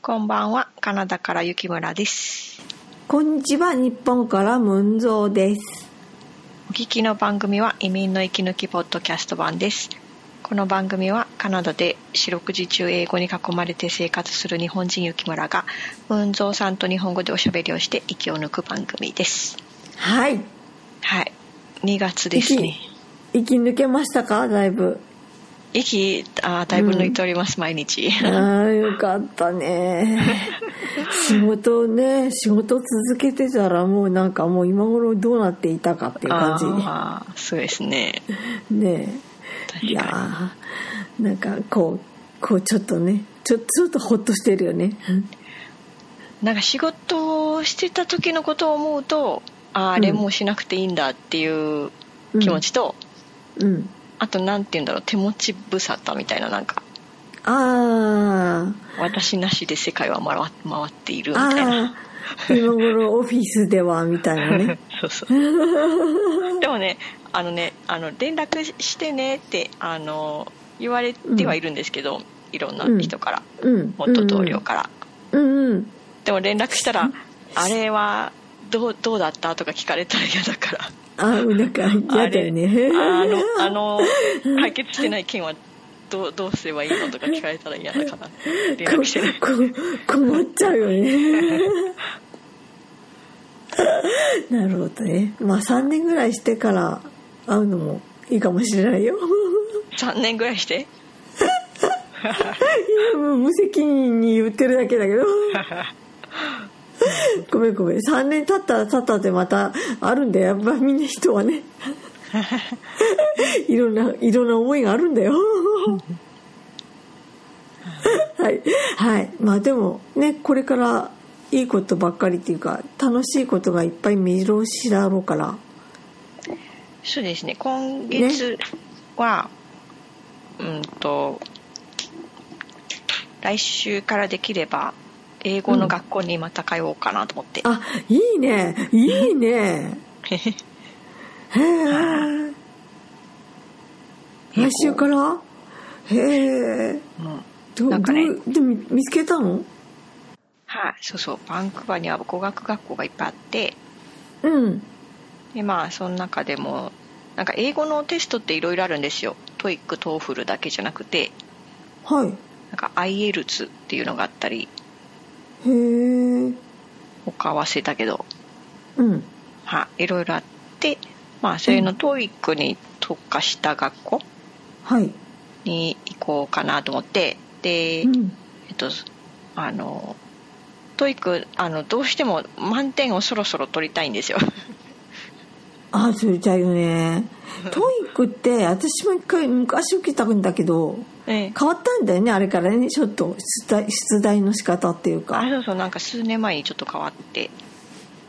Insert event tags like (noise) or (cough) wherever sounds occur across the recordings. こんばんは、カナダから雪村です。こんにちは、日本から文蔵です。お聞きの番組は移民の息抜きポッドキャスト版です。この番組はカナダで四六時中英語に囲まれて生活する日本人雪村が、文蔵さんと日本語でおしゃべりをして息を抜く番組です。はい。はい。2月ですね。息息抜けましたかだい (laughs) ぶ。息、あーだいぶ抜いております、毎日。あーよかったね。仕事をね、仕事続けてたらもうなんかもう今頃どうなっていたかっていう感ああ、そうですね。じ。ね確かえ。にいやーなんかこう、こうちょっとね、ちょ、ちょっとほっとしてるよね。なんか仕事をしてた時のことを思うとあーあれもうしなくていいんだっていう気持ちと、うん。あとなんて言うんだろう手持ち無沙汰みたいななんかあー。私なしで世界は回ら回っているみたいあな (laughs) ー。今頃オフィスでは、みたいなね。そうそうでもねあのねあの連絡してねってあの言われてはいるんですけど、いろんな人から、うん。元同僚から、うんうん。でも連絡したらあれはどうどうだったとか聞かれたら嫌だからあーなんか嫌だよねあ (laughs) れああのあの解決してない件はどうどうすればいいのとか聞かれたら嫌だから連絡して (laughs) ないここ困っちゃうよねなるほどねまあ3年ぐらいしてから会うのもいいかもしれないよ3年ぐらいしていやもう無責任に言ってるだけだけどごめんごめん3年経ったら経ったってまたあるんだよやっぱみんな人はねいろんないろんな思いがあるんだよはいはいまあでもねこれからいいことばっかりっていうか楽しいことがいっぱい目白押しだろうからそうですね今月は、うんと来週からできれば英語の学校にまた通おうかなと思って、あいいねいいねへえ来週からへえ (laughs) うんどなんかねどうでも見つけたのはいそうそうバンクーバーには語学学校がいっぱいあってうんでまあその中でもなんか英語のテストっていろいろあるんですよトイックトーフルだけじゃなくてはいなんか IELTS っていうのがあったりへえ他忘れたけど、うんはい、いろいろあって、まあ、そういうの TOEIC に特化した学校はいに行こうかなと思ってで、うんえっとあの TOEIC あのどうしても満点をそろそろ取りたいん (laughs) ですよあそれちゃうよねトイックって私も一回昔受けたんだけどええ変わったんだよねあれからねちょっと出題出題の仕方っていう (laughs) あかそうそうなんか数年前にちょっと変わって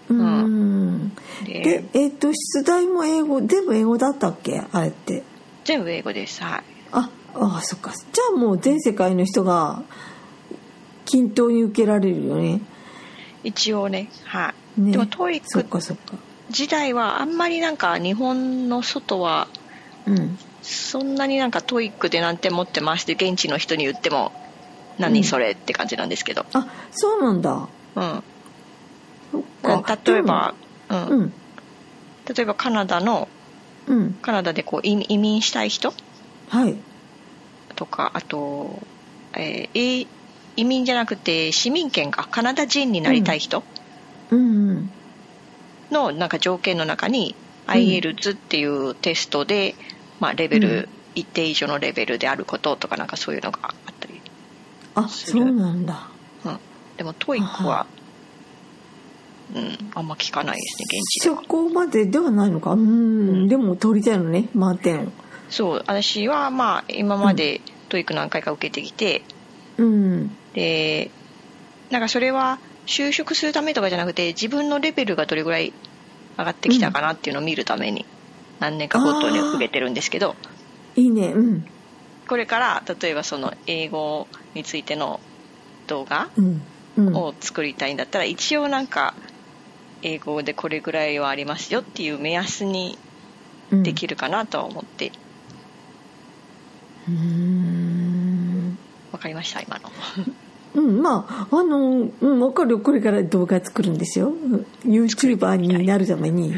うんんででえっ、と出題も英語全部英語だったっけあれって全部英語ですはいああそっかじゃあもう全世界の人が均等に受けられるよね一応ねはいねでも TOEIC そっかそっか時代はあんまりなんか日本の外はうんそんなになんかトイックで何点持ってまして現地の人に言っても何それって感じなんですけど、あそうなんだうんそっか例えば、うんうん例えばカナダのうんカナダでこう移民移民したい人はいとかあと、えーい移民じゃなくて市民権かカナダ人になりたい人うんうんのなんか条件の中に、ん IELTS っていうテストで、まあ、レベうルん一定以上のレベルであることとかなんかそういうのがあったりあすそるうなんだうん、でも TOEIC はは、うん、あんま聞かないですね現地でそこまでではないのかうんでも取りたいのね満点をそう私はまあ今まで TOEIC 何回か受けてきて、うんでなんかそれは就職するためとかじゃなくて自分のレベルがどれぐらい上がってきたかなっていうのを見るために何年かごとに受けてるんですけどいいねうんこれから例えばその英語についての動画うんうんを作りたいんだったら一応なんか英語でこれぐらいはありますよっていう目安にうんできるかなとは思ってうーん分かりました今のうん、まああの、うん、わかるよこれから動画作るんですようん YouTuber になるためにな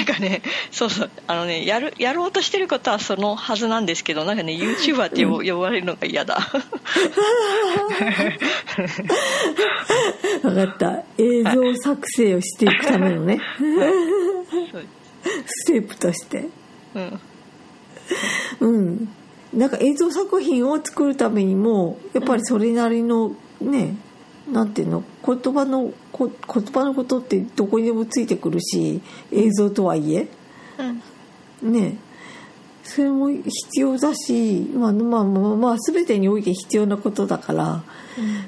んかね、そうそう、あのね、やる、やろうとしてることはそのはずなんですけど、なんかね、YouTuber って呼,、呼ばれるのが嫌だ。 (laughs) 分かった映像作成をしていくためのねそうステップとしてうん。うんなんか映像作品を作るためにもやっぱりそれなりのねなんていうの言葉のこ言葉のことってどこにでもついてくるし映像とはいえうん。ねそれも必要だし、まあ、まあまあまあ全てにおいて必要なことだから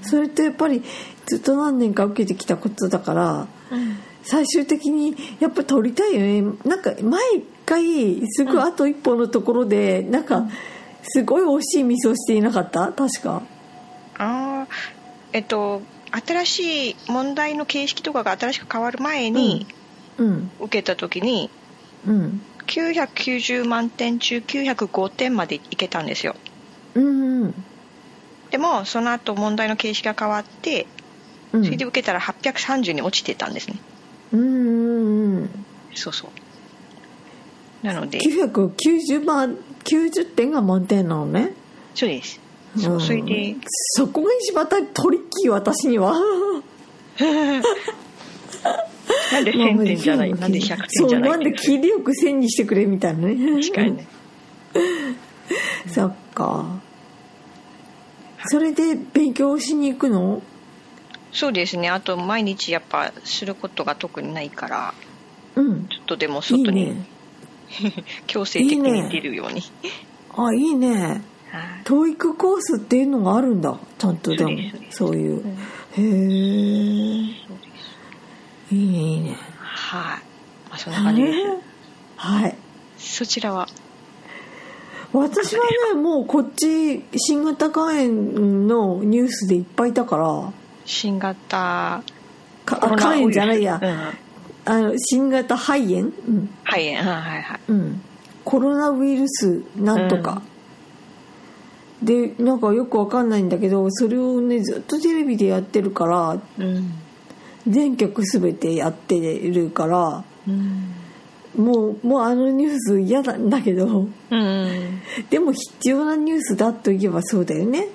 それってやっぱりずっと何年か受けてきたことだからうん。最終的にやっぱ撮りたいよねなんか毎回すぐあと一歩のところでなんかすごい惜しいミスをしていなかった確かああ、えっと、新しい問題の形式とかが新しく変わる前にうん受けた時に、うん990万点中905点までいけたんですよ。うんうんでも、その後問題の形式が変わって、うんそれで受けたら830に落ちてたんですね。うんうんそうそう。なので、 990万90点が満点なのねそうです。そううんそれで、そこが一番トリッキー私にはなんで1000点じゃない、なんで100点じゃないそうなんで切りよく1000にしてくれみたいなね確かにね。そっかそれで勉強しに行くのそうですね。あと、毎日やっぱすることが特にないから、うんちょっとでもいい外にね強制的に出るように。あいいねはい教育コースっていうのがあるんだちゃんとでもそういううんへえそうですいいねいいねはい。まあ、そんな感じではいす。そちらは、私はねもうこっち新型肝炎のニュースでいっぱいいたから新型かコロナあ肝ウイルス炎じゃないや、うん (laughs) あの新型肺炎、うん肺炎、はいはいはい。うん、コロナウイルスなんとか、でなんかよくわかんないんだけどそれをねずっとテレビでやってるからうん。全局全てやってるからうん。もうもうあのニュース嫌なんだけどうん。でも必要なニュースだといえばそうだよね。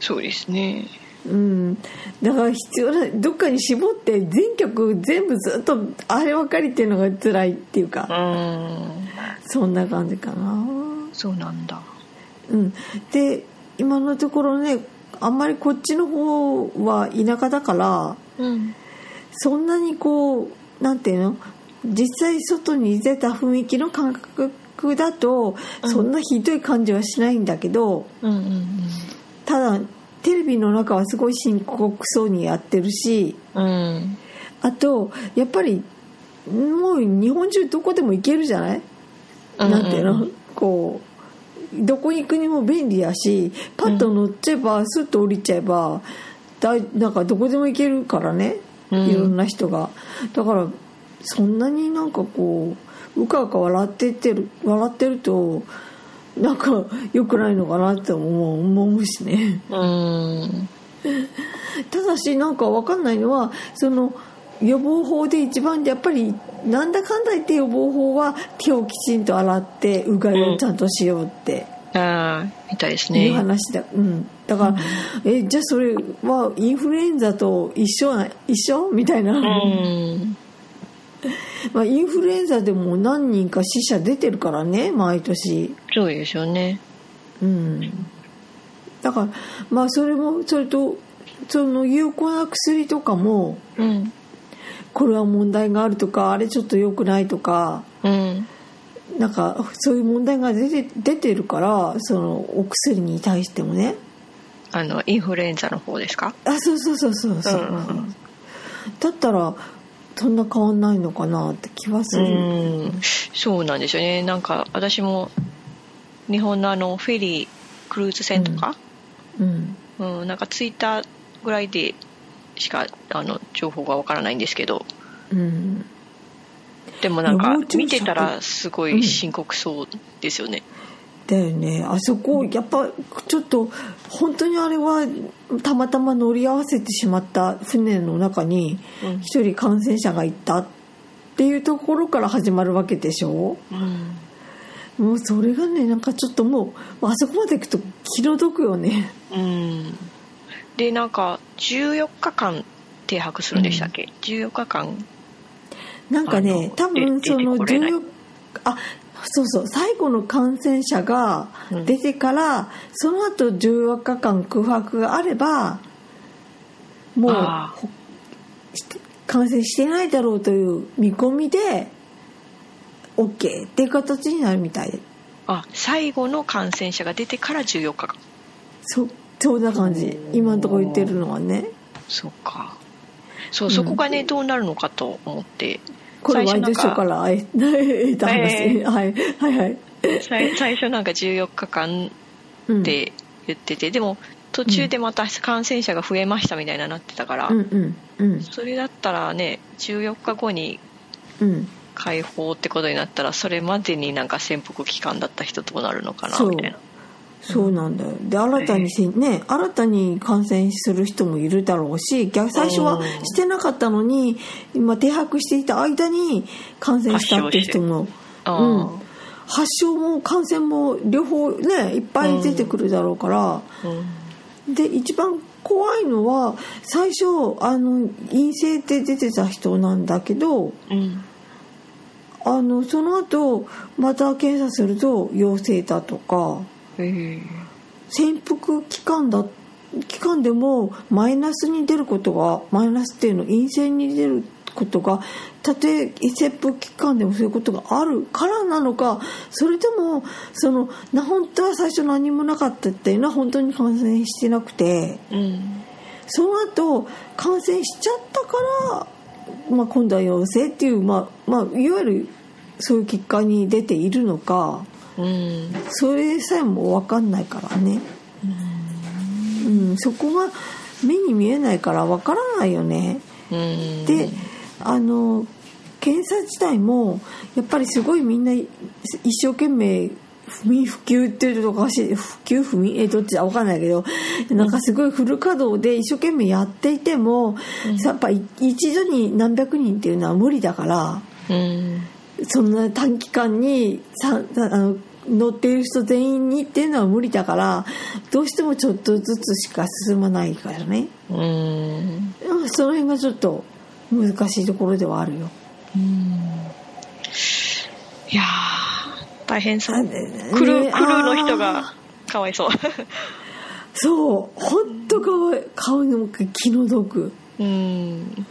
そうですね。うん、だから必要などっかに絞って全局全部ずっとあればかりっていうのが辛いっていううかん。そんな感じかな。そうなんだ。うん、で今のところねあんまりこっちの方は田舎だからうん。そんなにこうなんていうの実際外に出た雰囲気の感覚だとうんそんなひどい感じはしないんだけど、うんうんただテレビの中はすごい深刻そうにやってるしうん。うん。あとやっぱりもう日本中どこでも行けるじゃない、なんていうのこうどこに行くにも便利やしパッと乗っちゃえば、スッと降りちゃえばだいなんかどこでも行けるからねうんいろんな人が、だからそんなになんかこううかうか笑ってってる笑ってるとなんか良くないのかなって思う思うしね。うんただしなんか分かんないのはその予防法で一番やっぱりなんだかんだ言って予防法は手をきちんと洗ってうがいをちゃんとしようってああみたいですいうね話だ、うん、だから、えじゃあそれはインフルエンザと一緒な一緒みたいな、うんまあ、インフルエンザでも何人か死者出てるからね毎年。そうですよねうん、だからまあそれもそれとその有効な薬とかもうんこれは問題があるとかあれちょっと良くないとかうんなんかそういう問題が出て出てるからそのお薬に対してもねあのインフルエンザの方ですかあそうそうそうそうそう、うんうんうんだったらそんな変わんないのかなって気はすうる、んそうなんですよねなんか私も日本のあのフェリークルーズ船とか、うんうんなんかツイッターぐらいでしかあの情報がわからないんですけどうんでもなんか予防注射見てたらすごい深刻そうですよね、だよねあそこやっぱちょっと本当にあれはたまたま乗り合わせてしまった船の中にうん一人感染者がいたっていうところから始まるわけでしょうんもうそれがねなんかちょっともうあそこまで行くと気の毒 (laughs) よねうんでなんか14日間停泊するんでしたっけ、14日間なんかあのね多分でその出てこれない14あそうそう最後の感染者が出てから、その後14日間空白があればもうあー感染してないだろうという見込みで OK っていう形になるみたいであ最後の感染者が出てから14日間そそんな感じ今のところ言ってるのはねそうかそう、うんそこがねどうなるのかと思ってこれワ最初イなんドショーから得た話、えはい (laughs) はいはい最最初なんか14日間うんって言ってて、でも途中でまた感染者が増えましたみたいななってたから、うんうんうんそれだったらね14日後にうん解放ってことになったらそれまでになんか潜伏期間だった人どうなるのかなそうみたいなそうなんだよで新たにせね新たに感染する人もいるだろうし逆最初はうんしてなかったのに今停泊していた間に感染したっていう人もあうん、発症も感染も両方ねいっぱい出てくるだろうから、ーうんで一番怖いのは最初あの陰性って出てた人なんだけどうんあのその後また検査すると陽性だとかえー潜伏期間だ期間でもマイナスに出ることがマイナスっていうの陰性に出ることがたとえ潜伏期間でもそういうことがあるからなのかそれでもそのな本当は最初何もなかったっていうのは本当に感染してなくてうんその後感染しちゃったから、まあ、今度は陽性っていう、まあまあ、いわゆるそういう結果に出ているのかうんそれさえも分かんないからね。うん、そこが目に見えないからわからないよね。うんで、あの検査自体もやっぱりすごいみんない一生懸命不眠不休っていうとおかしい不休不眠えどっちだわかんないけどなんかすごいフル稼働で一生懸命やっていても、やっぱい一度に何百人っていうのは無理だから。うんそんな短期間にさあの乗っている人全員にっていうのは無理だからどうしてもちょっとずつしか進まないからねうんうんその辺がちょっと難しいところではあるよ。いやー大変そうあクねルークルーの人あがかわいそうそう本当かわい顔の気の毒うん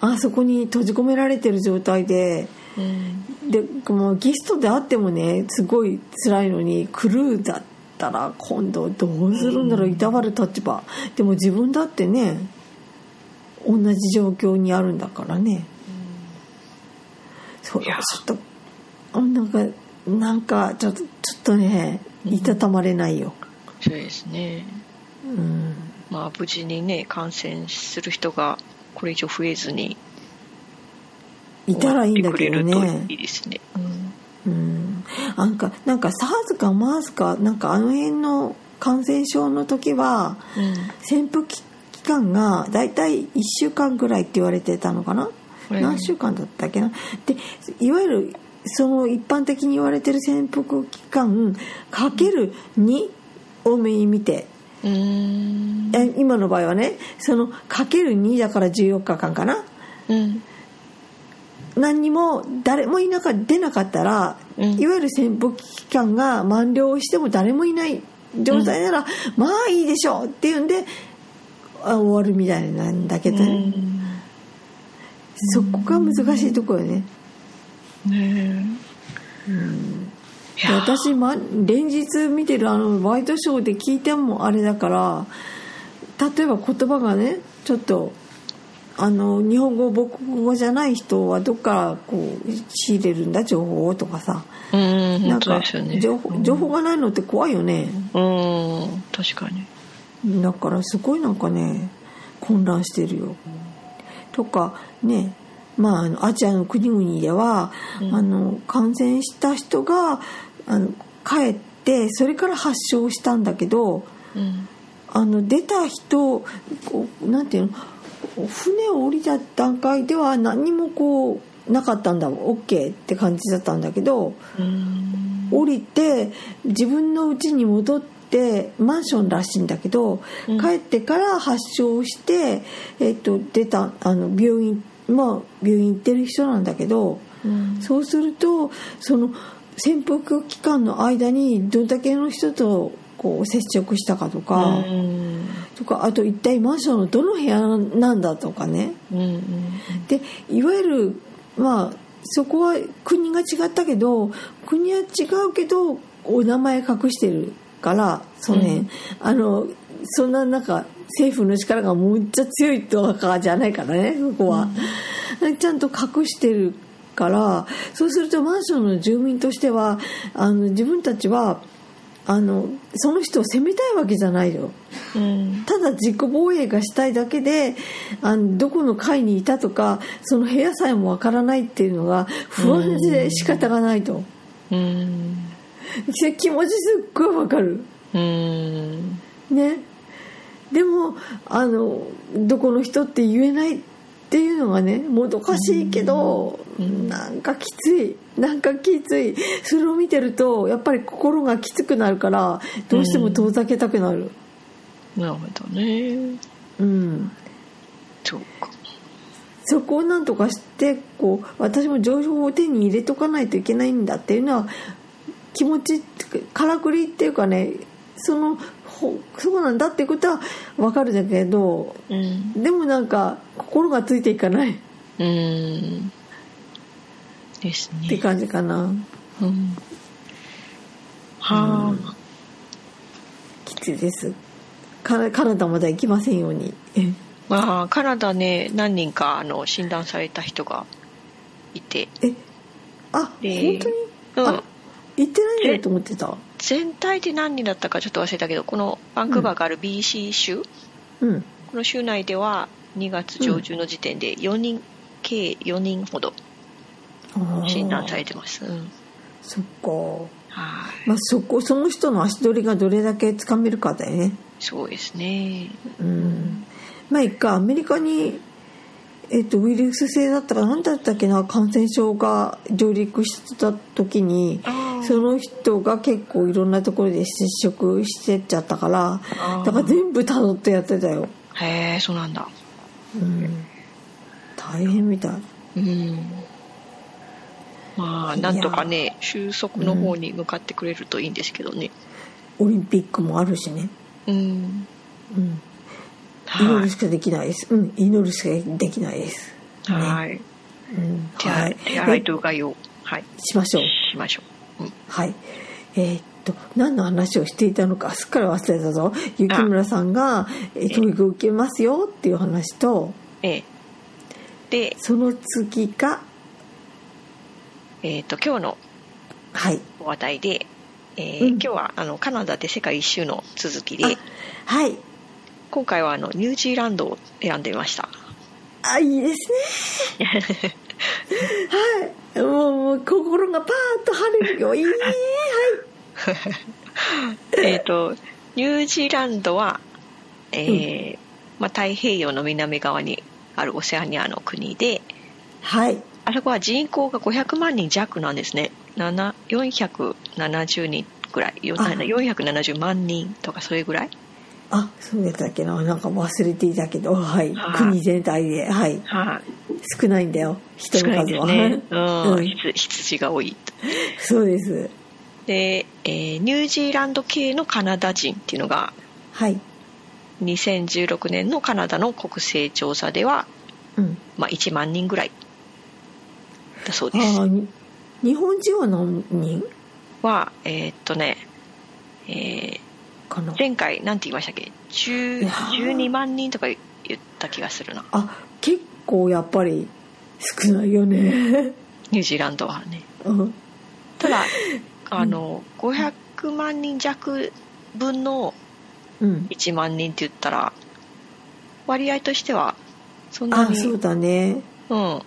あそこに閉じ込められてる状態でうんでもうゲストであってもねすごい辛いのにクルーだったら今度どうするんだろういたわる立場でも自分だってね同じ状況にあるんだからねそういちやょっとなんかなんかちょっとちょっとねいたたまれないよ、そうですねうん、まあ無事にね感染する人がこれ以上増えずにいたらいいんだけど終わってくれるねといいですねうんなんかなんか SARS か MERS かなんかあの辺の感染症の時は潜伏期間がだいたい1週間ぐらいって言われてたのかな、うん何週間だったっけなでいわゆるその一般的に言われてる潜伏期間かける2多めに見てうんえ今の場合はねそのかける2だから14日間かなうん何にも誰もいなか出なかったら、うんいわゆる潜伏期間が満了しても誰もいない状態なら、まあいいでしょうっていうんであ終わるみたいなんだけど、うんそこが難しいところよね。ねえいでや私、ま、連日見てるあのワイドショーで聞いてもあれだから例えば言葉がねちょっとあの日本語母国語じゃない人はどっからこう仕入れるんだ情報をとかさ。うんな本ん当かですよね情報情報がないのって怖いよねうん確かにだからすごいなんかね混乱してるよとかねまああのアジアの国々では、あの感染した人があの帰っってそれから発症したんだけどうんあの出た人こうなんていうの船を降りた段階では何もこうなかったんだ OK って感じだったんだけどうん降りて自分の家に戻ってマンションらしいんだけど、うん帰ってから発症して、えっと出たあの病院まあ病院行ってる人なんだけど。うんそうするとその潜伏期間の間にどれだけの人とこう接触したかとか、うんとかあと一体マンションのどの部屋なんだとかねうんでいわゆるまあそこは国が違ったけど国は違うけどお名前隠してるからその辺、うんあのそんななんか政府の力がむっちゃ強いとかじゃないからねそこは、ちゃんと隠してるからそうするとマンションの住民としてはあの自分たちはあのその人を責めたいわけじゃないよ。うんただ自己防衛がしたいだけであのどこの階にいたとかその部屋さえもわからないっていうのが不安で仕方がないと、うんそれ気持ちすっごいわかるうんねでもあのどこの人って言えないっていうのがねもどかしいけど、うんなんかきついなんかきついそれを見てるとやっぱり心がきつくなるからどうしても遠ざけたくなるなるほどねうんそうかそこをなんとかしてこう私も情報を手に入れとかないといけないんだっていうのは気持ちからくりっていうかねそのほそうなんだっていうことは分かるんだけどうんでもなんか心がついていかないっうんですてね感じかうなんはあきついですからカナダまだ行きませんようにまあカナダね何人かあの診断された人がいて、えあ、で本う当に、んあ、行ってないんだと思ってた全体で何人だったかちょっと忘れたけどこのバンクーバーがある BC 州、こうんの州内では2月上旬の時点で4人、計4人ほどあー診断されてます、うん、そっかはいまあ、そこその人の足取りがどれだけつかめるかだよねそうですねうんまあ一回アメリカに、えっとウイルス性だったか何だったっけな感染症が上陸した時にあーその人が結構いろんなところで接触してっちゃったからあーだから全部たどってやってたよ、へえそうなんだうん、大変みたいうんまあいやなんとかね収束の方に向かってくれるといいんですけどねオリンピックもあるしね、うんうん、祈はるしかできないです、うん、祈るしかできないです、い、はい、うん、手洗い手洗いとうがいを、はい、しましょうしましょう、うんはい。えーっと何の話をしていたのかすっかり忘れたぞ雪村さんがえー教育を受けますよっていう話とええでその次がえー、と今日のはいお話題で、えーうん今日はあのカナダで世界一周の続きであはい今回はあのニュージーランドを選んでみましたあいいで (laughs) すねはいもうもう心がパーッと晴れる (laughs) よいいねえっとニュージーランドは、えーまあ、太平洋の南側にあるオセアニアの国ではいはいあそこは人口が500万人弱なんですね7 470人ぐらいよあ470万人とかそれぐらいあそうだったっけななんか忘れていたけどはいはい国全体ではいはい少ないんだよ人少のない数ですは、ね、うん (laughs) うん羊羊が多いそうですで、えーニュージーランド系のカナダ人っていうのがはい2016年のカナダの国勢調査では、うんまあ、1万人ぐらいだそうですああに日本人は何人はえーっとね、えーかな前回なんて言いましたっけ10いやー12万人とか言った気がするなあ結構やっぱり少ないよね (laughs) ニュージーランドはねうんた (laughs) だあの500万人弱分のうん1万人って言ったら割合としてはそんなあにそうだねうん。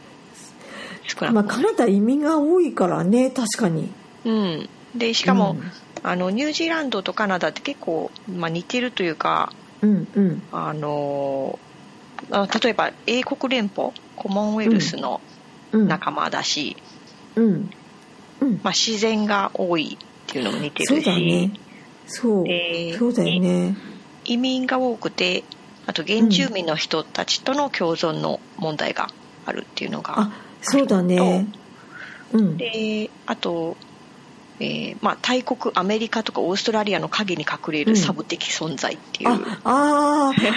少なく、まあカナダ移民が多いからね確かにうん。で、しかも、うんあのニュージーランドとカナダって結構、まあ、似てるというかうんうんあのあ例えば英国連邦コモンウェルスのうん仲間だし、うんうんまあ、自然が多いっていうのも似てそるうだし、ねそう、でそうだよね移民が多くてあと原住民の人たちとの共存の問題があるっていうのが、あそうだねうんであと、えーまあ、大国アメリカとかオーストラリアの陰に隠れうんるサブ的存在っていう、あ (laughs) あー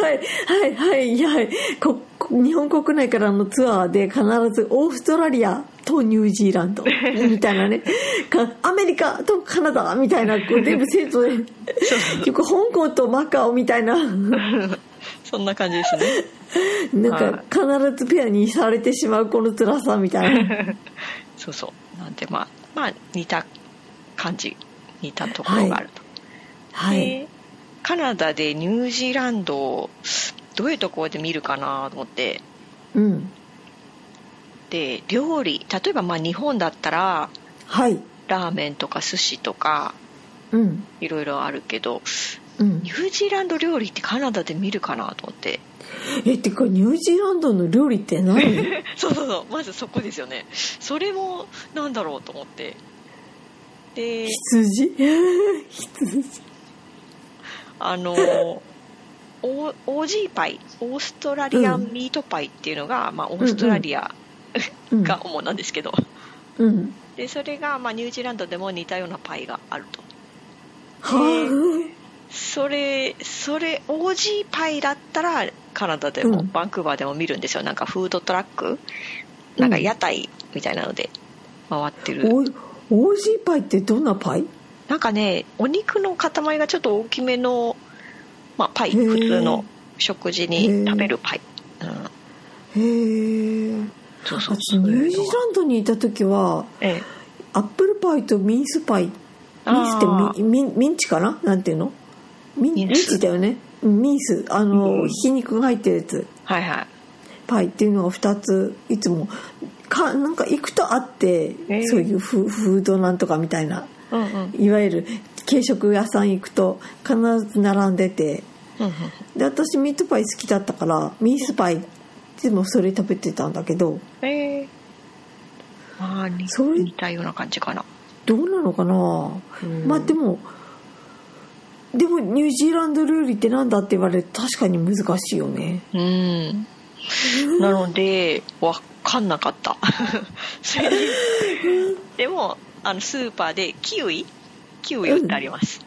はいはいはいはいはいこ日本国内からのツアーで必ずオーストラリアとニュージー (laughs) ランドみたいなねかアメリカとカナダみたいな (laughs) こう全部セットでよく香港とマカオみた (laughs) いななんそんな感じですね。か必ずペアにされてしまうこの辛さみたいな (laughs) (laughs) そうそうなんでまあまあ似た感じ似たところがあると、はいでカナダでニュージーランドをどういうところで見るかなと思ってうんで料理例えばまあ日本だったらはいラーメンとか寿司とかうんいろいろあるけどうんニュージーランド料理ってカナダで見るかなと思って (laughs) えってかニュージーランドの料理っ (laughs) て何そうそうそうまずそこですよねそれもなんだろうと思ってで (laughs) 羊羊あのオーオージーパイオーストラリアンミートパイっていうのが、まあ、オーストラリアうんが主なんですけど、うんでそれが、まあ、ニュージーランドでも似たようなパイがあるとはそれそれオージーパイだったらカナダでも、うんバンクーバーでも見るんですよなんかフードトラックなんかうん屋台みたいなので回ってる、おいオージーパイってどんなパイなんかねお肉の塊がちょっと大きめの、まあ、パイへー普通の食事に食べるパイ、うん、へえそうそう私ニュージーランドにいた時はええアップルパイとミンスパイミンスってあーミミンミンチかななんていうのミンミミンンチチだよねうんミンスあの、うんひき肉が入ってるやつはいはいパイっていうのが2ついつもかなんか行くとあって、えそういうフフードなんとかみたいなうんうんいわゆる軽食屋さん行くと必ず並んでてうんうんで私ミートパイ好きだったからミースパイいつもそれ食べてたんだけどええまあ似それ似たような感じかなどうなのかな、まあでもでもニュージーランド料理ってなんだって言われると確かに難しいよねうんなので分かんなかった (laughs) それででもあのスーパーでキウイキウイ売ってあります、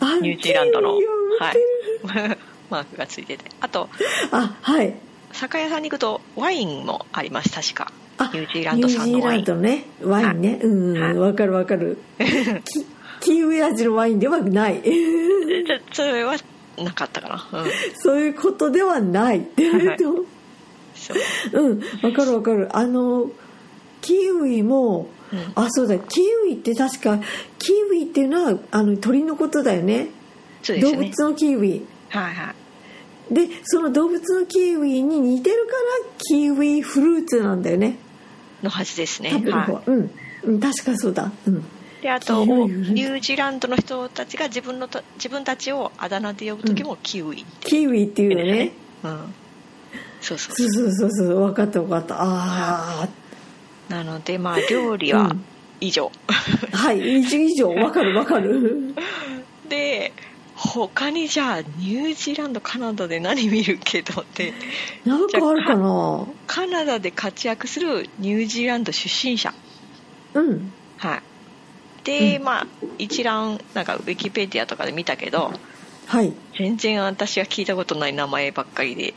あニュージーランドのキウイを売っはてい (laughs) るマークがついててあとあはい酒屋さんに行くとワインもあります確かあニュージーランド産のワインニュージーランドねワインねうんうんはわ、いかるわ (laughs) かるきキウイ味のワインではない (laughs) ちょそれはなかったかな、うん、そういうことではないって言われてもそう、 (laughs) うんわかるわかるあのキウイもうんあそうだキウイって確かキウイっていうのはあの鳥のことだよねそうです動よね物のキウイはいはいでその動物のキウイに似てるからキウイフルーツなんだよねのはずですね食べるはい方は、うん、うん、確かそうだうんであとキウイニュージーランドの人たちが自分のと自分たちをあだ名で呼ぶ時もキウイ、キウイっていうよねうん、そうそうそうそうそうそう分かった分かったあなのでまあ料理はうん以上、 (laughs) あはい以上以上分かる分かるで他にじゃあニュージーランドカナダで何見るけどってなんかあるかなカナダで活躍するニュージーランド出身者うんはいで、うまあ一覧なんかウィキペディアとかで見たけどはい全然私が聞いたことない名前ばっかりで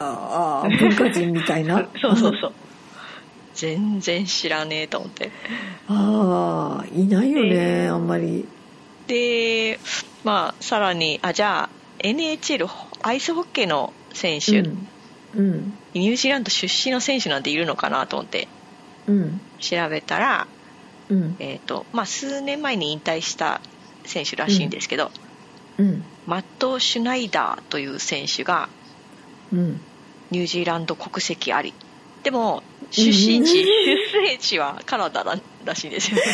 ああ文化人みたいな (laughs) そうそうそう全然知らねえと思ってああいないよねあんまりでまあさらにあじゃあ NHL アイスホッケーの選手、うんうんニュージーランド出身の選手なんているのかなと思ってうん調べたら、うんえーとまあ、数年前に引退した選手らしいんですけど、うんマット・シュナイダーという選手がうんニュージーランド国籍ありっでも出身地、出生地はカナダららしいですよ信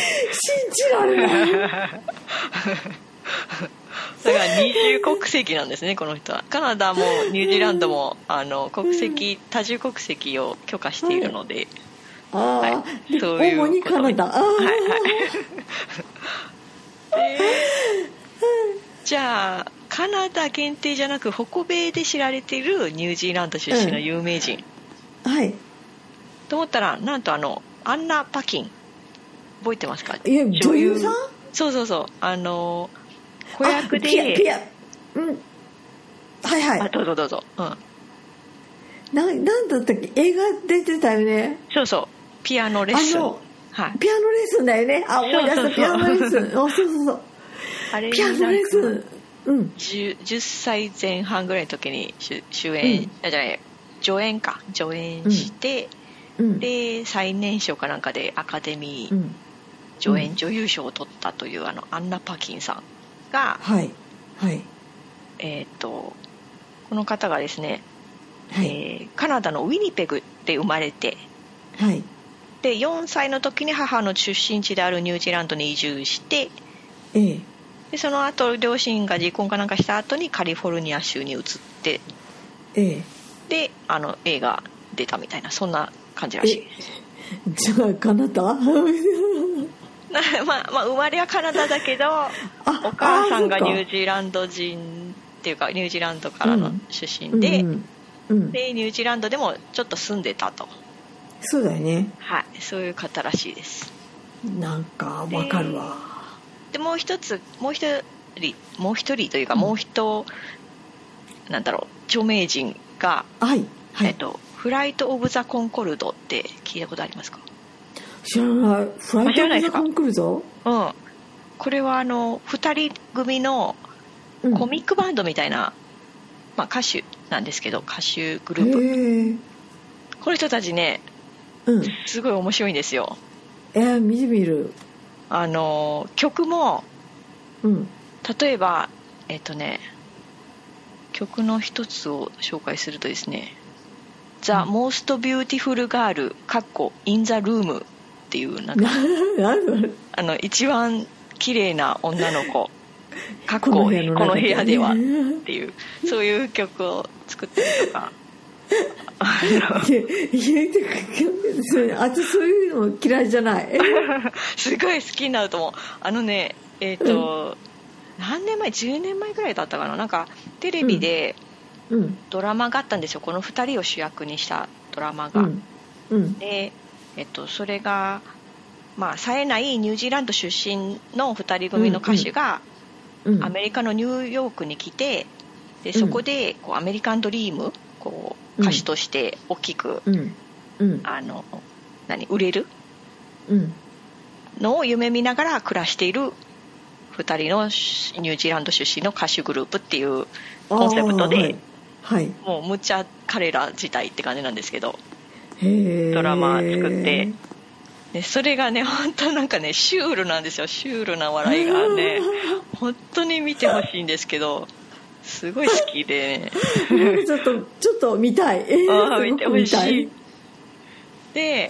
じられないだから二重国籍なんですねこの人はカナダもニュージーランドもあの国籍多重国籍を許可しているので、ああ、はでいそういう主にカナダああ、はいはいでじゃあカナダ限定じゃなく北米で知られているニュージーランド出身の有名人、はいと思ったらなんとあのアンナ・パキン覚えてますかいや女優さんそうそうそうあの子役であピアピアうんはいはあいどうぞどうぞ、うん、ななんだったっけ映画出てたよねそうそうピアノレッスンあのはいピアノレッスンだよねあ思い出したそうそうそうピアノレッスンあそうそうそうあれピアノレッスなんンかうん 10, 10歳前半ぐらいの時に主主演、うんあじゃない助演か助演して、うんで最年少かなんかでアカデミうーん助演女優賞を取ったという、あのアンナ・パキンさんが、はいはいえーっとこの方がですね、はいえーカナダのウィニペグで生まれてはいで4歳の時に母の出身地であるニュージーランドに移住してええでその後両親が離婚かなんかした後にカリフォルニア州に移ってええであの映画出たみたいなそんな感じらしいですじゃあカナ (laughs) ダな (laughs) まあ、まあ、生まれはカナダだ (laughs) けどお母さんがニュージーランド人っていうかニュージーランドからの出身で,、うんうんうん、でニュージーランドでもちょっと住んでたと、そうだよねはい、そういう方らしいですなんかわかるわ、でもう一つもう一人もう一人というかもう一、なんだろう著名人が、はいはい、えっと、フライト・オブ・ザ・コンコルドって聞いたことありますか知らないフライトあ知らないですザかコンクルぞ、うんこれはあの2人組のうん、コミックバンドみたいな、まあ、歌手なんですけど歌手グループへえこの人たちねうんすごい面白いんですよえー、見てみるあの曲もうん (laughs) 例えばえっとね曲の一つを紹介するとですね「The うん Most Beautiful Girl」かっこ「In the Room」っていうなんかななんだろうあの一番綺麗な女の (laughs) 子かっここのこ部屋の中の部屋では (laughs) っねていうそういう曲を作ってると (laughs) かあのいやいやそれあとそういうの嫌いじゃない (laughs) すごい好きになると思うあのねえっ、と、何年前10年前ぐらいだったかななんかテレビでうんドラマがあったんですよこの2人を主役にしたドラマうが、んうんで、えっと、それが、まあ、冴えないニュージーランド出身の2人組の歌手が、うんアメリカのニューヨークに来てでうんそこでこうアメリカンドリームこう歌手として大きく、うんうんあの何売れるうんのを夢見ながら暮らしている2人のしニュージーランド出身の歌手グループっていうコンセプトであーはいはいもうむっちゃ彼ら自体って感じなんですけどへードラマ作ってでそれがね本当なんかねシュールなんですよシュールな笑いがね本当に見てほしいんですけどすごい好きで (laughs) ね。 (laughs) ちょっとちょっと見たいああす (laughs) 見ごてくほ見したいで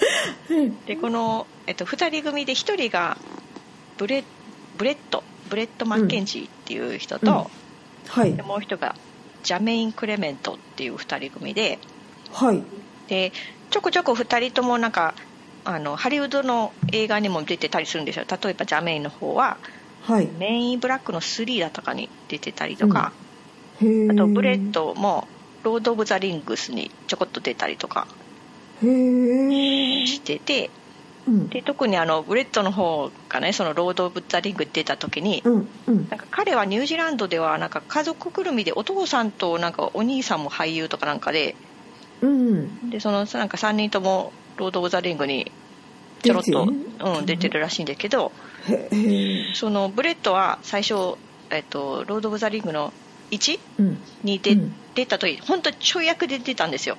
うんでこの、えっと、2人組で1人がブレブレットブレット・マッケンジーっていう人と、はいでもう1人がジャメイン・クレメントっていう2人組ではいでちょこちょこ2人ともなんかあのハリウッドの映画にも出てたりするんですよ例えばジャメインの方ははいメイン・インブラックの3だったかに出てたりとか、へーあとブレットもロード・オブ・ザ・リングスにちょこっと出たりとかへえしてて。うんで特にあのブレッドの方がねそのロード・オブ・ザ・リングに出た時に、うんうんなんか彼はニュージーランドではなんか家族ぐるみでお父さんとなんかお兄さんも俳優とかなんかでうんでそのなんか3人ともロード・オブ・ザ・リングにちょろっと出てるうん、出てるらしいんだけどへえそのブレッドは最初、えっと、ロード・オブ・ザ・リングの1うんに出,、うん出た時本当ちょい役で出たんですよ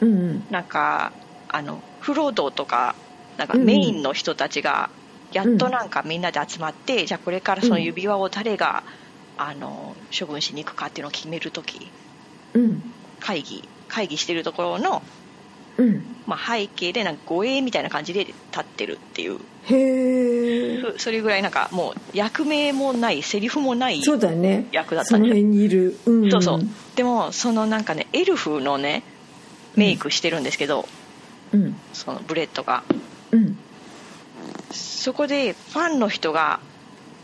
うんうんなんかあのフロードとかなんかメインの人たちがやっとなんかみんなで集まって、じゃあこれからその指輪を誰が、あの処分しに行くかっていうのを決める時うん会議会議してるところのうんまあ、背景でなんか護衛みたいな感じで立ってるっていうへえそそれぐらいなんかもう役名もないセリフもないそうだね役だったそんのじゃない辺にいる、うん、そうそうでもそのなんかねエルフのねメイクしてるんですけど、うんそのブレッドがうんそこでファンの人が、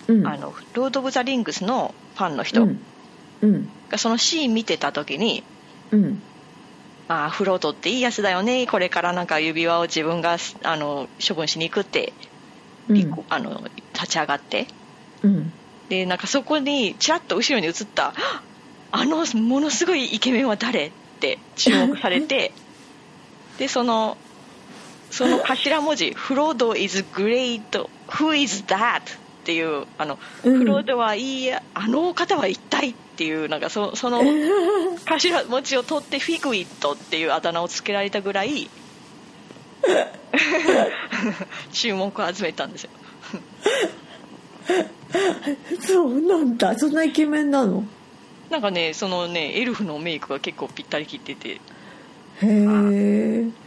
うんあのロード・オブ・ザ・リングスのファンの人うんうんがそのシーン見てた時に、うんああフロートっていいやつだよねこれからなんか指輪を自分があの処分しに行くって、うん立候あの立ち上がってうんでなんかそこにちらっと後ろに映ったああのものすごいイケメンは誰って注目され (laughs) てでそのその頭文字「フロード is great who is that」っていうあの、うんフロードはいいやあの方は一体っていうなんかそそ (laughs) の頭文字を取ってフィグイットっていうあだ名をつけられたぐら (laughs) い (laughs) 注目を集めたんですよそうなんだそんなイケメンなのなんかねそのねエルフのメイクが結構ぴったり切っててへえ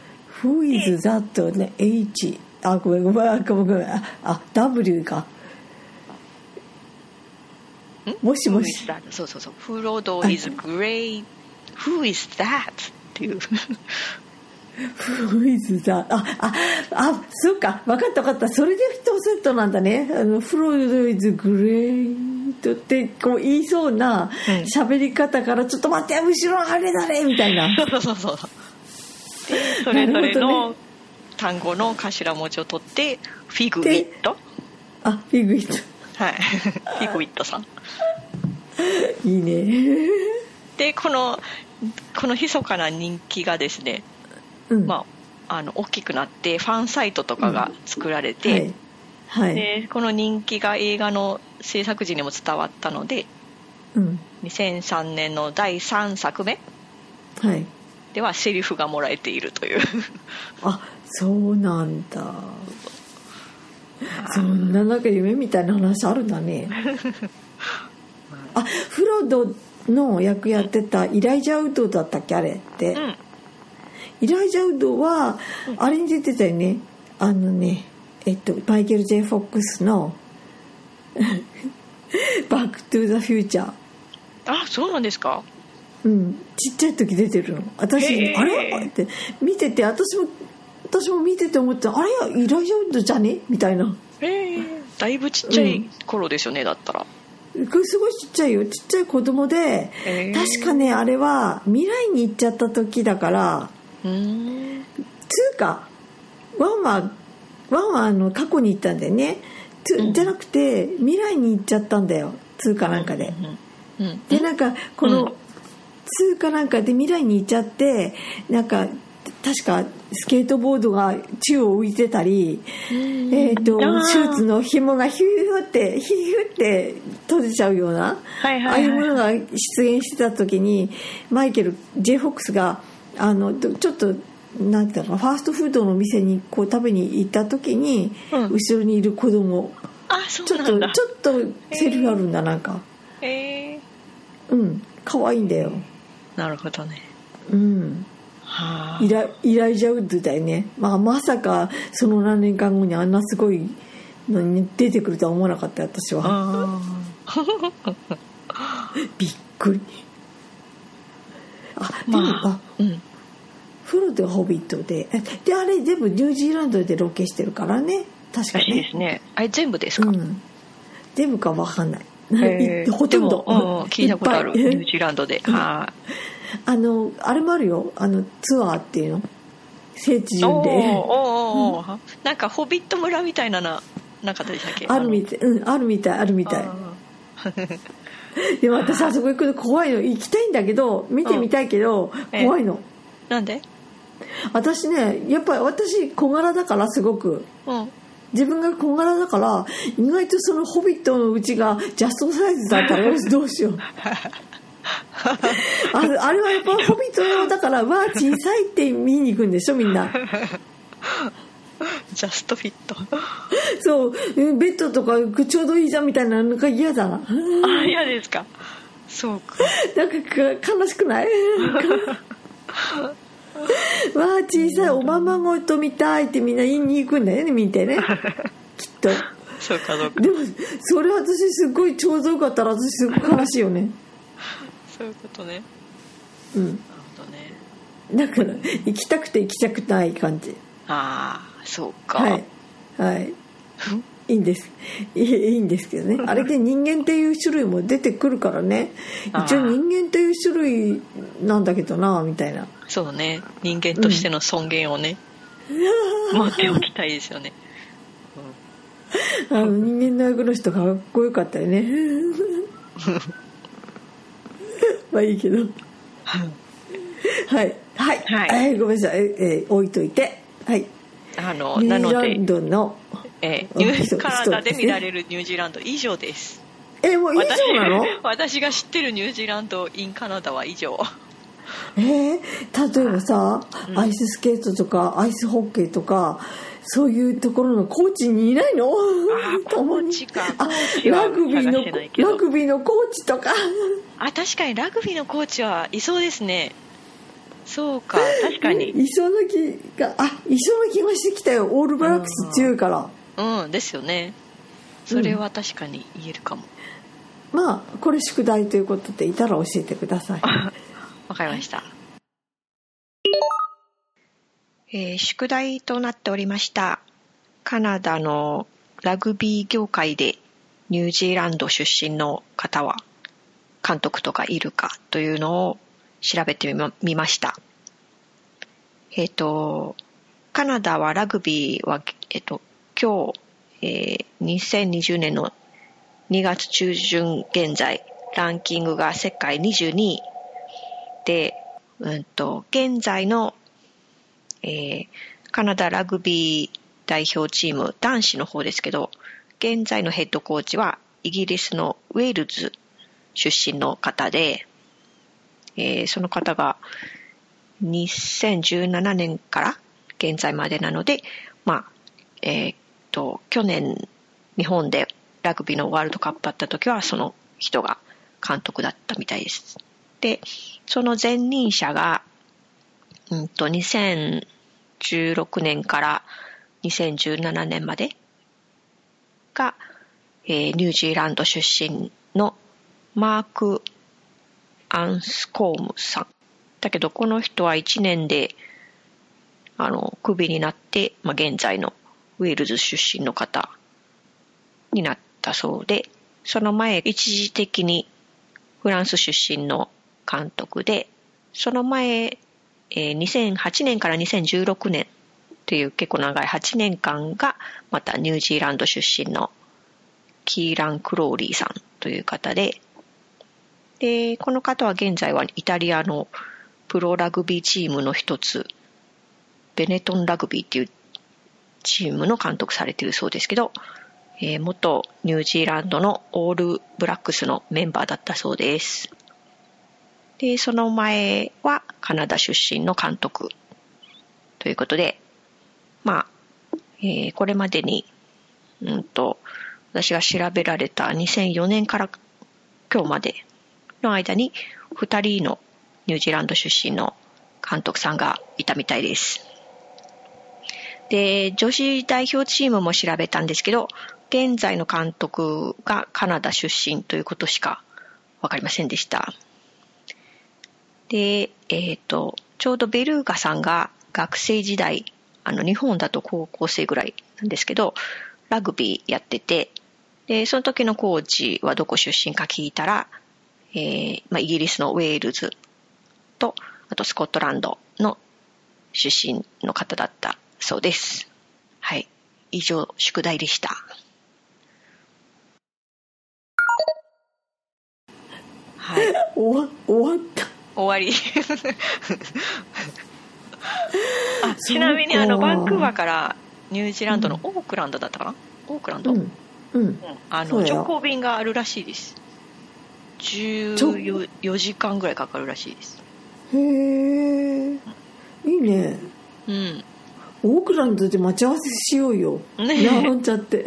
「Who is that?」ね H あごめんごめんあごめんごめんああ W かんもしも Who is し that? そうそうそう「フロード is great who is that?」って (laughs) いう Who is that? あ、あ、あ、そうか。わかったわかった。それで一セットなんだね。あの、フロイド is great ってこう言いそうなうん喋り方から、ちょっと待って、後ろあれだねみたいな。そうそうそうそうでそれぞれなるほどの単語の頭文字を取って「フィグイットあ、フィグイッ」 (laughs) はいフィグイットさんト。いいね。でこのこの密かな人気がですね、うん。まあ、あの大きくなってファンサイトとかが作られて、はい。はい。でこの人気が映画の制作時にも伝わったのでうん。 2003年の第3作目はい。ではセリフがもらえていると (laughs) いうあ、そうなんだ。そんななんか夢みたいな話あるんだ (laughs) ね。あ、フロドの役やってたイライジャウドだったっけあれって。うんイライジャウドは、あれに出てたよね。あのね、えっと、マイケル・ J ・フォックスの、 (laughs) バック・トゥ・ザ・フューチャー。あそうなんですかうん、ちっちゃい時出てるのへ私ーあれって見てて私も私も見てて思ってあれイライジャウドじゃねみたいなへえだいぶちっちゃういん頃ですよねだったらこれすごいちっちゃいよちっちゃい子供でへー確かねあれは未来に行っちゃった時だからうーんつうかワンはワンはあの過去に行ったんだよねつうんじゃなくて未来に行っちゃったんだよつうかなんかで。うんうんでなんかうこんの通貨なんかで未来に行っちゃってなんか確かスケートボードが宙を浮いてたり、えー、とあーシューズの紐がヒューってヒューって閉じちゃうような、はいはいはいああいうものが出現してた時にマイケル J ・フォックスがあのどちょっと。なんていうのかなファーストフードのお店にこう食べに行った時に、うん後ろにいる子供あそちうょっなとんちょだっとセリフあるんだなんかへえうん可愛いんだよなるほどねうん、はあイライライジャウッドだよね、まあ、まさかその何年間後にあんなすごいのに出てくるとは思わなかったよ私はあーびっくりあでも、まあ、あうんフロでホビットでえであれ全部ニュージーランドでロケしてるからね確からしいでねすねあれ全部ですか、うん全部か分かん (laughs) ないへーほとんどでもうんうん聞いたことあるいニっぱいュージーランドではあのあれもあるよあのツアーっていうの聖地いお巡ーおー礼おーおーなんかホビット村みたいなななかったでしたっけあるみたい、うん、あるみたいあるみたいあーでも私あそこ行くの怖いの行きたいんだけど見てみたいけど、ええ怖いの、なんで私ねやっぱり私小柄だからすごくうん自分が小柄だから意外とその「ホビット」のうちがジャストサイズだったらよしどうしようあれあれはやっぱ「ホビット」用だからわあ小さいって見に行くんでしょみんなジャストフィットそううんベッドとかちょうどいいじゃんみたいなのが嫌だなあ嫌ですかそうか (laughs) なんかか悲しくないわあ小さいおままごと見たいってみんな言いに行くんだよね見てねきっとそうかそうかでもそれ私すごいちょうどよかったら私すごい悲しいよねそういうことねうんなるほどねだから行きたくて行きたくない感じああそうか、はいはいいいんですいいいいんですけどねあれで人間っていう種類も出てくるからねあー一応人間っていう種類なんだけどなみたいなそうね人間としての尊厳をね、持っておきたいですよね、あの人間の役の人かっこよかったよね (laughs) まあいいけどはいはい、はいえーごめんなさい、えーえー置いといてはいあのニュなーのでジーランドのえーうんニューそうカナダで見られるニュージーランド以上ですえーもう以私 (laughs) 上なの私が知ってるニュージーランド in カナダは以上えー例えばさ、アイススケートとかアイスホッケーとかそういうところのコーチにいないの (laughs) ー共にコーチかあコーチはラグビーの探してないけどラグビーのコーチとかあ確かにラグビーのコーチはいそうですねそうか確かにいそうな気があいそうな気がしてきたよオールブラックス強いからうんですよねそれは確かに言えるかもまあこれ宿題ということでいたら教えてくださいわかりました、えー宿題となっておりましたカナダのラグビー業界でニュージーランド出身の方は監督とかいるかというのを調べてみまみましたえっ、とカナダはラグビーは、えっと今日、えー2020年の2月中旬現在ランキングが世界22位で、うん、と現在の、えーカナダラグビー代表チーム男子の方ですけど現在のヘッドコーチはイギリスのウェールズ出身の方で、えーその方が2017年から現在までなので、まあえーっと去年日本でラグビーのワールドカップあった時はその人が監督だったみたいです。でその前任者が、うん、と2016年から2017年までが、えーニュージーランド出身のマーク・アンスコームさんだけどこの人は1年であのクビになって、まあ、現在のウェールズ出身の方になったそうでその前一時的にフランス出身の監督でその前、えー2008年から2016年という結構長い8年間がまたニュージーランド出身のキーラン・クローリーさんという方ででこの方は現在はイタリアのプロラグビーチームの一つベネトンラグビーっていうチームの監督されているそうですけど、えー元ニュージーランドのオールブラックスのメンバーだったそうです。で、その前はカナダ出身の監督ということで、まあ、えーこれまでに、うんと、私が調べられた2004年から今日までの間に2人のニュージーランド出身の監督さんがいたみたいです。で、女子代表チームも調べたんですけど、現在の監督がカナダ出身ということしかわかりませんでした。で、えっ、と、ちょうどベルーガさんが学生時代、あの、日本だと高校生ぐらいなんですけど、ラグビーやってて、で、その時のコーチはどこ出身か聞いたら、えーまあ、イギリスのウェールズと、あとスコットランドの出身の方だったそうです。はい。以上、宿題でした。はい。 (laughs) 終わ終わった終わ (laughs) り。あちなみにあのそうかバンクーバーからニュージーランドのオークランドだったかな、オークランド、うんうんあそのうだよ直行便があるらしいです直14時間ぐらいかかるらしいですへえいいねうんオークランドで待ち合わせしようよねえなおんちゃって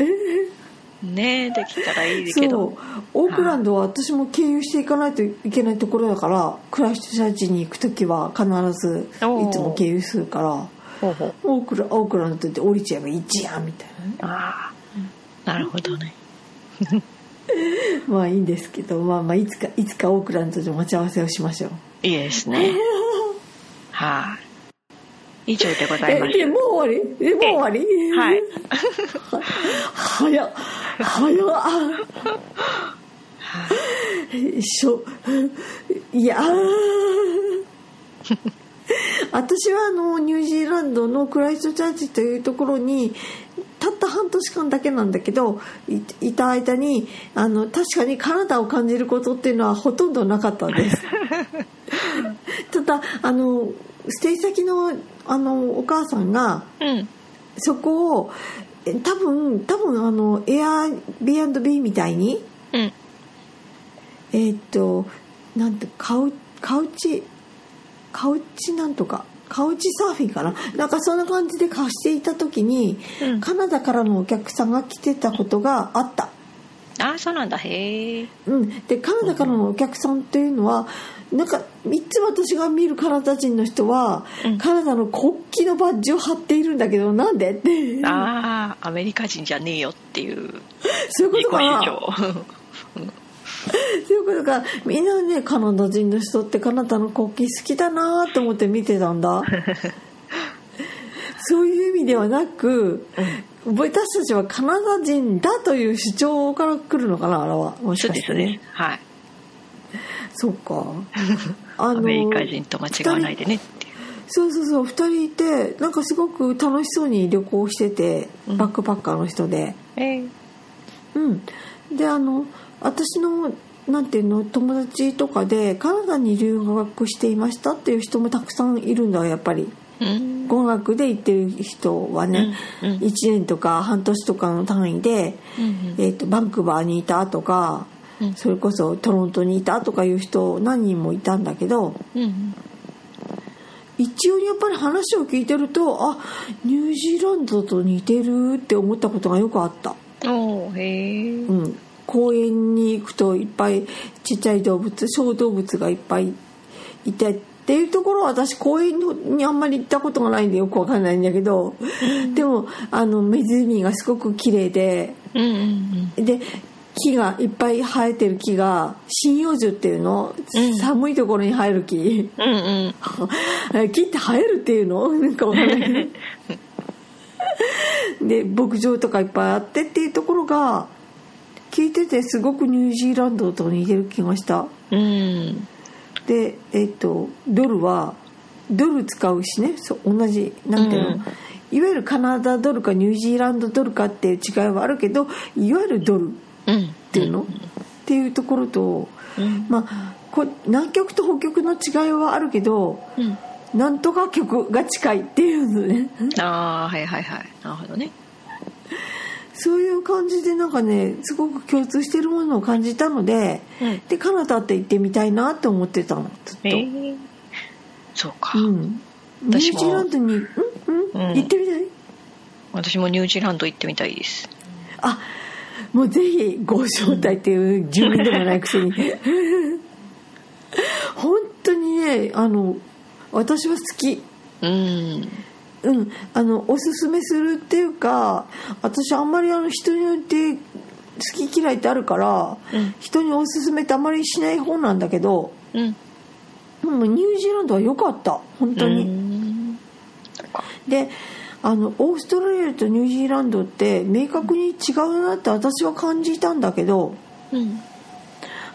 ねできたらいいけそどうオークランドは私も経由していかないといけないところだからクライストチャーチに行く時は必ずいつおーも経由するからほうほうオークラオークランドって降りちゃえばいいじゃんみたいなねああなるほどねまあいいんですけど、まあ、まあいつかいつかオークランドで待ち合わせをしましょういいですねはい以上でございえますでもう終わりえもう終わりはい早っ早っはいしょいやー私はあのニュージーランドのクライストチャーチというところにたった半年間だけなんだけどいいた間にあの確かにカナダを感じることっていうのはほとんどなかったんです (laughs) ただあのステイ先のあのお母さんがうんそこをえ多分多分あの Airbnb みたいにうんえーっとなんてカウカウチカウチなんとかカウチサーフィンかななんかそんな感じで貸していた時に、うんカナダからのお客さんが来てたことがあった、ああそうなんだへえうん、でカナダからのお客さんっていうのはなんかいつも私が見るカナダ人の人は、うんカナダの国旗のバッジを貼っているんだけどなんでってああアメリカ人じゃねえよっていうそういう自こ己とかな主張ということがみんなねカナダ人の人ってカナダの国旗好きだなと思って見てたん (laughs) だそういう意味ではなく私たちはカナダ人だという主張から来るのかなあれはもしそうかでしすてねねはいそう (laughs) かあアメリカ人と間違わないでねっていうそうそうそう2人いてなんかすごく楽しそうに旅行しててうんバックパッカーの人で。えーうん、であの私のなんていうの友達とかでカナダに留学していましたっていう人もたくさんいるんだやっぱりうん語学で行ってる人はね、うんうん1年とか半年とかの単位で、うんえー、とバンクーバーにいたとかうんそれこそトロントにいたとかいう人何人もいたんだけどうん一応やっぱり話を聞いてるとあニュージーランドと似てるって思ったことがよくあった。うんおーへえうん、公園に行くといっぱいちっちゃい動物小動物がいっぱいいてっていうところは私公園にあんまり行ったことがないんでよくわかんないんだけど、でもあの湖がすごく綺麗でうんうんで木がいっぱい生えてる木が針葉樹っていうの、うん寒いところに生える木うんうんうん (laughs) 木って生えるっていうの (laughs) なんかわかんない (laughs) けどで牧場とかいっぱいあってっていうところが聞いててすごくニュージーランドと似てる気がしたうんでえっ、とドルはドル使うしねそう同じなんていうの、うんいわゆるカナダドルかニュージーランドドルかっていう違いはあるけどいわゆるドルっうんていうの、っていうところとうんまあこ南極と北極の違いはあるけどうんなんとか曲が近いっていうのね (laughs) ああはいはいはいなるほどねそういう感じでなんかねすごく共通してるものを感じたので、うんでカナダって行ってみたいなと思ってたのずっと、えーそうかうん、ニュー私ジもーランドに、うんうんうん行ってみたい私もニュージーランド行ってみたいですあもうぜひご招待っていう住民でもないくせに本当にねあの私は好きうんうん、あのおすすめするっていうか私あんまりあの人によって好き嫌いってあるから、うん人におすすめってあんまりしない方なんだけどうんでもニュージーランドは良かった本当に、にであのオーストラリアとニュージーランドって明確に違うなって私は感じたんだけどうん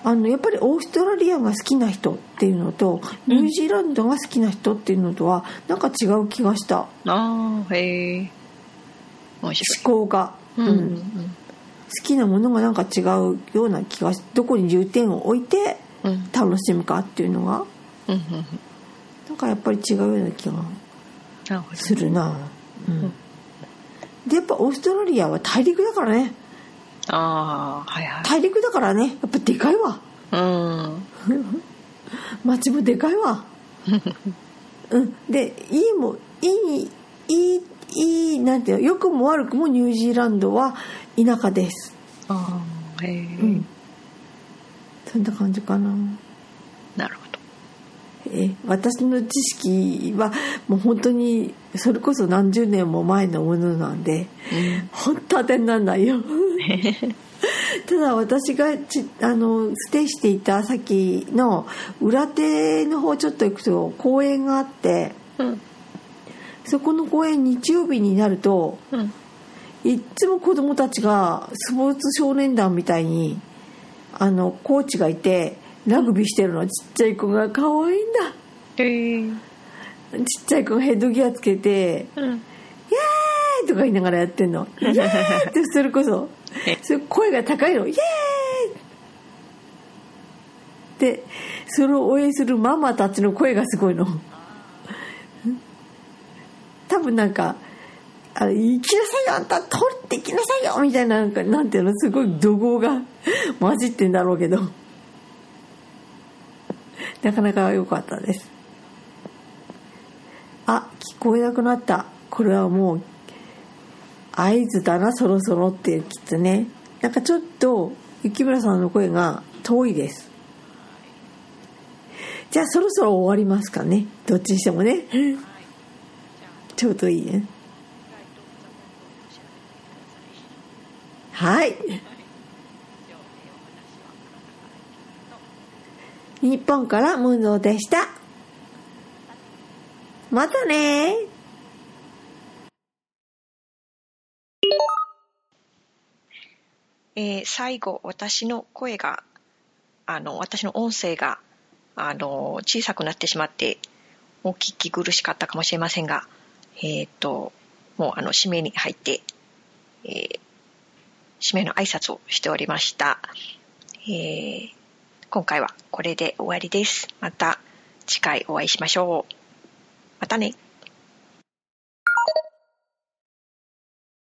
あのやっぱりオーストラリアが好きな人っていうのとうんニュージーランドが好きな人っていうのとはなんか違う気がしたああへえ面白い思考が。うんうん好きなものがなんか違うような気がしどこに重点を置いてうんうん楽しむかっていうのがうんうんなんかやっぱり違うような気がなるほどするな、うん、でやっぱオーストラリアは大陸だからねああはいはい大陸だからねやっぱでかいわうん街もでかい (laughs) わうんでいいもいいいいいいなんていうの良くも悪くもニュージーランドは田舎ですああへえ、うんそんな感じかななるほどえ私の知識はもう本当にそれこそ何十年も前のものなんで本当当てにならないよただ私がちあのステイしていた先の裏手の方ちょっと行くと公園があってうんそこの公園日曜日になるとうんいっつも子供たちがスポーツ少年団みたいにあのコーチがいてラグビーしてるのちっちゃい子が可愛いんだへえちっちゃい子がヘッドギアつけてうん「イエーイ!」とか言いながらやってんの「イエーイ!」ってそれこそえそれ声が高いの「イエーイ!」でそれを応援するママたちの声がすごいの多分なんか「あ行きなさいよあんた取って行きなさいよ」みたいななんかなんていうのすごい怒号が混じってんだろうけどなかなか良かったですあ聞こえなくなったこれはもう合図だなそろそろってきっとねなんかちょっと雪村さんの声が遠いですじゃあそろそろ終わりますかねどっちにしてもねちょうどいいねはい日本からムンゾーでしたまたねえー最後私の声があの私の音声があの小さくなってしまってお聞き苦しかったかもしれませんがえっ、ともうあの締めに入って、えー締めの挨拶をしておりました、えー今回はこれで終わりですまた次回お会いしましょうまたね